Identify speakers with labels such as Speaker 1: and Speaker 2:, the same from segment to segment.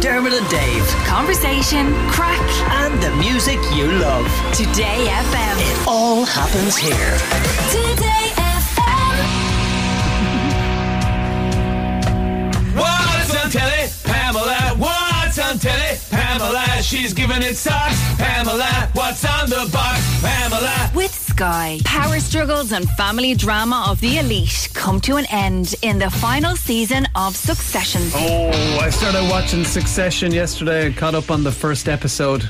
Speaker 1: Dermot and Dave.
Speaker 2: Conversation, crack,
Speaker 1: And the music you love.
Speaker 2: Today FM.
Speaker 1: It all happens here.
Speaker 2: Today FM.
Speaker 3: What's on telly? Pamela. What's on telly? Pamela. She's giving it socks. Pamela. What's on the box? Pamela.
Speaker 2: With Sky, power struggles and family drama of the elite come to an end in the final season of Succession.
Speaker 4: Oh, I started watching Succession yesterday and caught up on the first episode.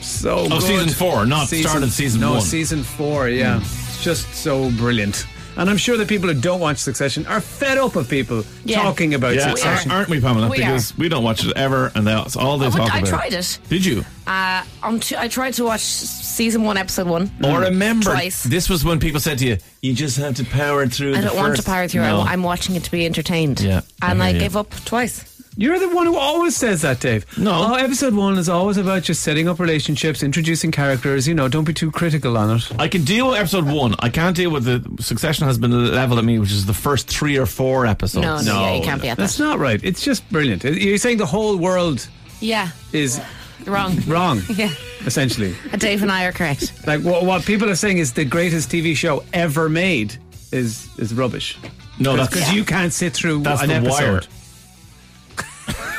Speaker 4: So
Speaker 3: Oh,
Speaker 4: good.
Speaker 3: season four, not start of season
Speaker 4: no,
Speaker 3: one. Hmm.
Speaker 4: season four, yeah. It's just so brilliant. And I'm sure the people who don't watch Succession are fed up of people
Speaker 5: Yeah.
Speaker 4: talking about
Speaker 3: Yeah,
Speaker 4: Succession.
Speaker 3: aren't- aren't we, Pamela?
Speaker 5: We
Speaker 3: because we don't watch it ever, and that's all they
Speaker 5: I
Speaker 3: talk
Speaker 5: would- I
Speaker 3: about.
Speaker 5: tried it.
Speaker 3: Did you?
Speaker 5: Uh, I'm t- I tried to watch season one, episode one.
Speaker 3: I remember
Speaker 5: Mm, Twice.
Speaker 3: this was when people said to you, "You just have to power through."
Speaker 5: I
Speaker 3: the
Speaker 5: don't want to
Speaker 3: first."
Speaker 5: power through. I
Speaker 3: No.
Speaker 5: wa- I'm watching it to be entertained.
Speaker 3: Yeah, I
Speaker 5: and
Speaker 3: hear
Speaker 5: I,
Speaker 3: you.
Speaker 5: gave up twice.
Speaker 4: You're the one who always says that, Dave.
Speaker 3: No.
Speaker 4: Oh, episode one is always about just setting up relationships, introducing characters. You know, don't be too critical on it.
Speaker 3: I can deal with episode one. I can't deal with the succession has been leveled at me, which is the first three or four episodes.
Speaker 5: No, no, yeah, you can't be at
Speaker 4: That's
Speaker 5: that.
Speaker 4: not right. It's just brilliant. You're saying the whole world
Speaker 5: Yeah,
Speaker 4: is
Speaker 5: wrong.
Speaker 4: wrong,
Speaker 5: yeah,
Speaker 4: essentially.
Speaker 5: Dave and I are correct.
Speaker 4: Like what, what people are saying is the greatest TV show ever made is is rubbish.
Speaker 3: No, that's
Speaker 4: because you can't sit through
Speaker 3: That's
Speaker 4: an
Speaker 3: the wire.
Speaker 4: episode.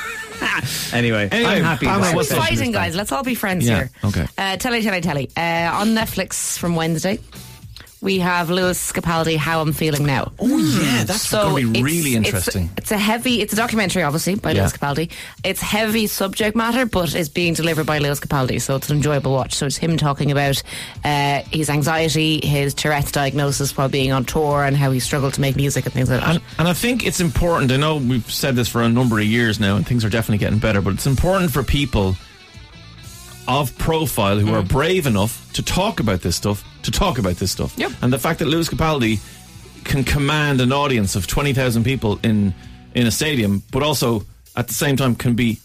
Speaker 4: anyway,
Speaker 3: Anyway,
Speaker 4: I'm happy.
Speaker 3: Pamela,
Speaker 4: about
Speaker 3: what's
Speaker 4: it.
Speaker 3: up?
Speaker 5: Fighting guys, let's all be friends
Speaker 3: Yeah,
Speaker 5: here.
Speaker 3: okay.
Speaker 5: Uh, telly, telly, telly. Uh, on Netflix from Wednesday, we have Lewis Capaldi. How I'm feeling now.
Speaker 3: Oh yeah, that's
Speaker 5: so
Speaker 3: going to be
Speaker 5: it's-
Speaker 3: really
Speaker 5: it's-
Speaker 3: interesting.
Speaker 5: It's, a heavy. It's a documentary, obviously, by
Speaker 3: Yeah.
Speaker 5: Lewis Capaldi. It's heavy subject matter, but it's being delivered by Lewis Capaldi, so it's an enjoyable watch. So it's him talking about uh, his anxiety, his Tourette's diagnosis while being on tour, and how he struggled to make music and things like that.
Speaker 3: And, and I think it's important. I know we've said this for a number of years now, and things are definitely getting better. But it's important for people of profile who are
Speaker 5: Mm.
Speaker 3: brave enough to talk about this stuff, to talk about this stuff.
Speaker 5: Yep.
Speaker 3: And the fact that Lewis Capaldi can command an audience of twenty thousand people in in a stadium, but also at the same time can be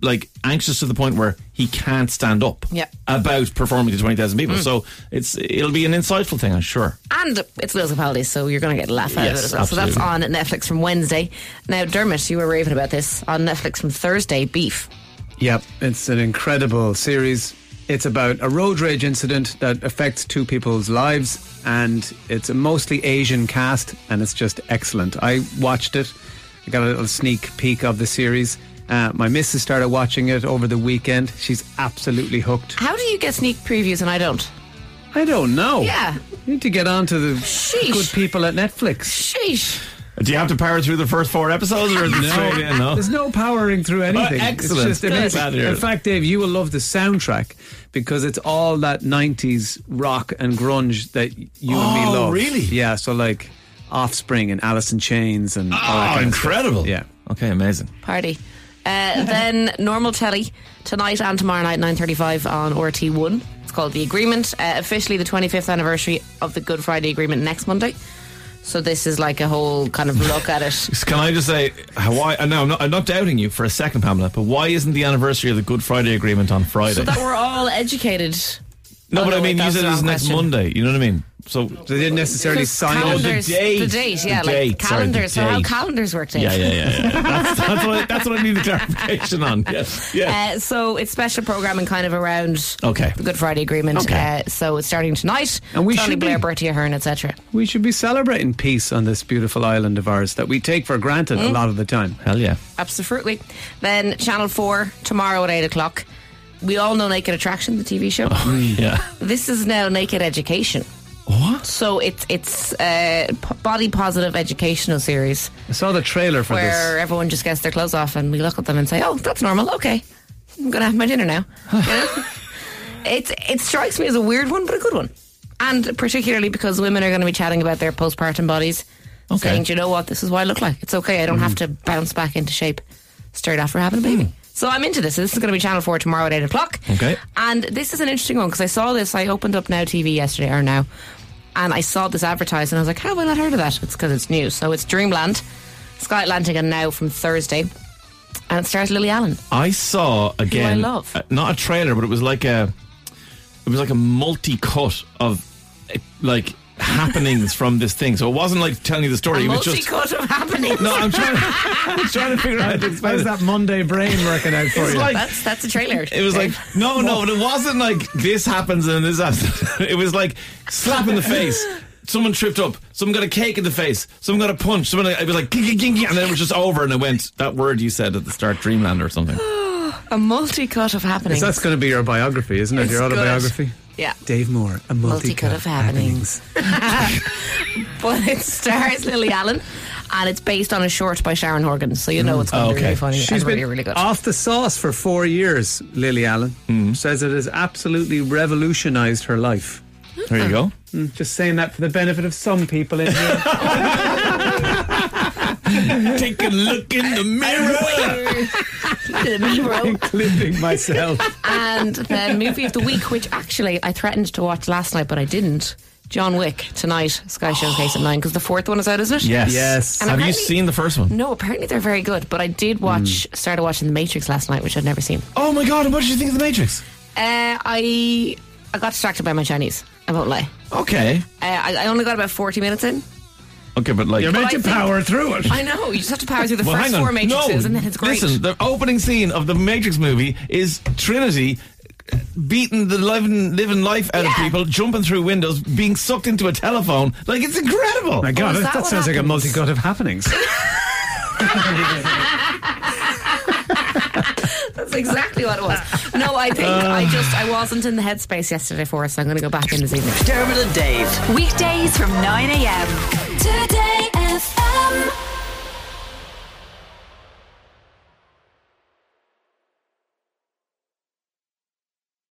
Speaker 3: like anxious to the point where he can't stand up
Speaker 5: Yep. Mm.
Speaker 3: about performing to twenty thousand people. So it's it'll be an insightful thing, I'm sure.
Speaker 5: And it's Lewis Capaldi, so you're going to get a laugh out of
Speaker 3: Yes,
Speaker 5: it as well. So that's on
Speaker 3: absolutely.
Speaker 5: Netflix from Wednesday. Now, Dermot, you were raving about this on Netflix from Thursday. Beef.
Speaker 4: Yep, it's an incredible series. It's about a road rage incident that affects two people's lives, and it's a mostly Asian cast, and it's just excellent. I watched it. I got a little sneak peek of the series. Uh, my missus started watching it over the weekend. She's absolutely hooked.
Speaker 5: How do you get sneak previews and I don't?
Speaker 4: I don't know.
Speaker 5: Yeah.
Speaker 4: You need to get on to the
Speaker 5: Sheesh.
Speaker 4: good people at Netflix.
Speaker 5: Sheesh.
Speaker 3: Do you have to power through the first four episodes, or is it straight in? No.
Speaker 4: There's no powering through anything.
Speaker 3: Oh. excellent.
Speaker 4: It's just
Speaker 3: Good.
Speaker 4: amazing.
Speaker 3: Glad to hear
Speaker 4: In
Speaker 3: it.
Speaker 4: fact, Dave, you will love the soundtrack because it's all that 90s rock and grunge that you and
Speaker 3: Oh,
Speaker 4: me love.
Speaker 3: really?
Speaker 4: Yeah, so like Offspring and Alice in Chains and all that
Speaker 3: Oh,
Speaker 4: kind of stuff.
Speaker 3: incredible!
Speaker 4: Yeah.
Speaker 3: Okay, amazing.
Speaker 5: party. Uh, then normal telly tonight and tomorrow night, nine thirty-five on RT One. It's called The Agreement. Uh, officially, the twenty-fifth anniversary of the Good Friday Agreement next Monday. So this is like a whole kind of look at it.
Speaker 3: Can I just say why? No, I'm not, I'm not doubting you for a second, Pamela. But why isn't the anniversary of the Good Friday Agreement on Friday?
Speaker 5: So that we're all educated.
Speaker 3: no,
Speaker 5: Oh,
Speaker 3: but I mean,
Speaker 5: no, wait,
Speaker 3: you
Speaker 5: that's
Speaker 3: said
Speaker 5: the
Speaker 3: it was
Speaker 5: wrong
Speaker 3: next
Speaker 5: question.
Speaker 3: Monday. You know what I mean? So
Speaker 4: They didn't necessarily
Speaker 5: Just
Speaker 4: sign it.
Speaker 5: calendars,
Speaker 3: The date.
Speaker 5: the date, yeah,
Speaker 3: The
Speaker 5: like
Speaker 3: date, sorry, the
Speaker 5: calendars. so how
Speaker 3: date.
Speaker 5: calendars work, Dave? Uh,
Speaker 3: yeah, yeah, yeah. yeah. that's, that's, what I, that's what I need the clarification on. Yes, yes.
Speaker 5: Uh, so it's special programming kind of around
Speaker 3: Okay.
Speaker 5: the Good Friday Agreement.
Speaker 3: Okay.
Speaker 5: Uh, so it's starting tonight.
Speaker 4: And we
Speaker 5: Tony
Speaker 4: should be-
Speaker 5: Blair, Bertie Ahern, etc.
Speaker 4: We should be celebrating peace on this beautiful island of ours that we take for granted
Speaker 3: Hmm?
Speaker 4: a lot of the time.
Speaker 3: Hell yeah!
Speaker 5: Absolutely. Then Channel 4 tomorrow at 8 o'clock. We all know Naked Attraction, the TV show.
Speaker 3: Oh. Yeah.
Speaker 5: This is now Naked Education.
Speaker 3: What?
Speaker 5: So it's it's a p- body positive educational series
Speaker 4: I saw the trailer for
Speaker 5: where
Speaker 4: this.
Speaker 5: everyone just gets their clothes off and we look at them and say, "Oh, that's normal. Okay, I'm gonna have my dinner now." You know? it's it strikes me as a weird one, but a good one, and particularly because women are going to be chatting about their postpartum bodies,
Speaker 3: Okay.
Speaker 5: saying, "Do you know what? This is what I look like. It's okay. I don't have to
Speaker 4: Mm-hmm.
Speaker 5: bounce back into shape straight after having a
Speaker 4: Hmm.
Speaker 5: baby." So I'm into this. This is going to be Channel Four tomorrow at eight o'clock.
Speaker 3: Okay.
Speaker 5: And this is an interesting one because I saw this. I opened up Now TV yesterday or now, and I saw this advertised, and I was like, "How have I not heard of that?" It's because it's new. So it's Dreamland, Sky Atlantic, and now from Thursday, and it stars Lily Allen.
Speaker 3: I saw again.
Speaker 5: love.
Speaker 3: uh, not a trailer, but it was like a, it was like a multi cut of, uh, like happenings from this thing. So it wasn't like telling you the story.
Speaker 5: A
Speaker 3: it was just.
Speaker 5: multi-cut of happening.
Speaker 3: No, I'm trying, I'm trying to figure out how to explain
Speaker 4: How's
Speaker 3: it.
Speaker 4: that Monday brain working out for
Speaker 3: It's
Speaker 4: you?
Speaker 3: like-
Speaker 5: That's that's a trailer.
Speaker 3: It was like, no, no, but it wasn't like this happens and this happens. It was like slap in the face. Someone tripped up. Someone got a cake in the face. Someone got a punch. Someone it was like, ging, ging, ging, ging, and then it was just over. And it went that word you said at the start, Dreamland or something.
Speaker 5: a multi-cut of happening.
Speaker 4: So that's going to be your biography, isn't it?
Speaker 5: It's
Speaker 4: your
Speaker 5: good.
Speaker 4: autobiography?
Speaker 5: Yeah.
Speaker 4: Dave Moore, a multi
Speaker 5: Multi-cut of happenings. but it stars Lily Allen, and it's based on a short by Sharon Horgan. So you know it's going to
Speaker 3: Mm. Oh, okay.
Speaker 5: be really funny
Speaker 4: She's
Speaker 5: and
Speaker 4: been
Speaker 5: really, really good.
Speaker 4: off the sauce for four years, Lily Allen. Says it has absolutely revolutionised her life.
Speaker 3: There you go.
Speaker 4: Just saying that for the benefit of some people in here.
Speaker 3: Take a look in the mirror.
Speaker 4: including myself.
Speaker 5: and then movie of the week, which actually I threatened to watch last night, but I didn't. John Wick tonight, Sky Showcase at nine, because the fourth one is out, isn't it?
Speaker 3: Yes.
Speaker 4: Yes. And
Speaker 3: Have you
Speaker 5: apparently-
Speaker 3: seen the first one?
Speaker 5: No, apparently they're very good. But I did watch,
Speaker 3: Mm.
Speaker 5: started watching The Matrix last night, which I'd never seen.
Speaker 3: Oh my god! and What did you think of the Matrix?
Speaker 5: Uh, I I got distracted by my Chinese. I won't lie.
Speaker 3: Okay.
Speaker 5: Uh, I, I only got about forty minutes in.
Speaker 3: Okay, but like.
Speaker 4: You're
Speaker 5: Well,
Speaker 4: meant
Speaker 5: I
Speaker 4: to
Speaker 5: think-
Speaker 4: power through it.
Speaker 5: I know. You just have to power through the
Speaker 3: Well,
Speaker 5: first
Speaker 3: hang on.
Speaker 5: four matrices,
Speaker 3: no,
Speaker 5: and then it's great.
Speaker 3: Listen, the opening scene of the Matrix movie is Trinity beating the living, living life out
Speaker 5: Yeah.
Speaker 3: of people, jumping through windows, being sucked into a telephone. Like, it's incredible.
Speaker 4: My God,
Speaker 5: Oh, is
Speaker 4: that,
Speaker 5: that
Speaker 4: that
Speaker 5: what
Speaker 4: sounds like a
Speaker 5: happens?
Speaker 4: multi god of happenings.
Speaker 5: That's exactly what it was. No, I think I just I wasn't in the headspace yesterday for it, so I'm going to go back in this evening.
Speaker 1: Dermot and Dave.
Speaker 2: Weekdays from 9 a.m.
Speaker 6: Today FM.